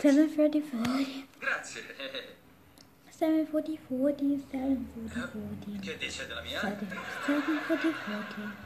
Seven forty forty. Grazie. Seven forty forty. Seven forty forty. Che dice della mia? Seven forty forty.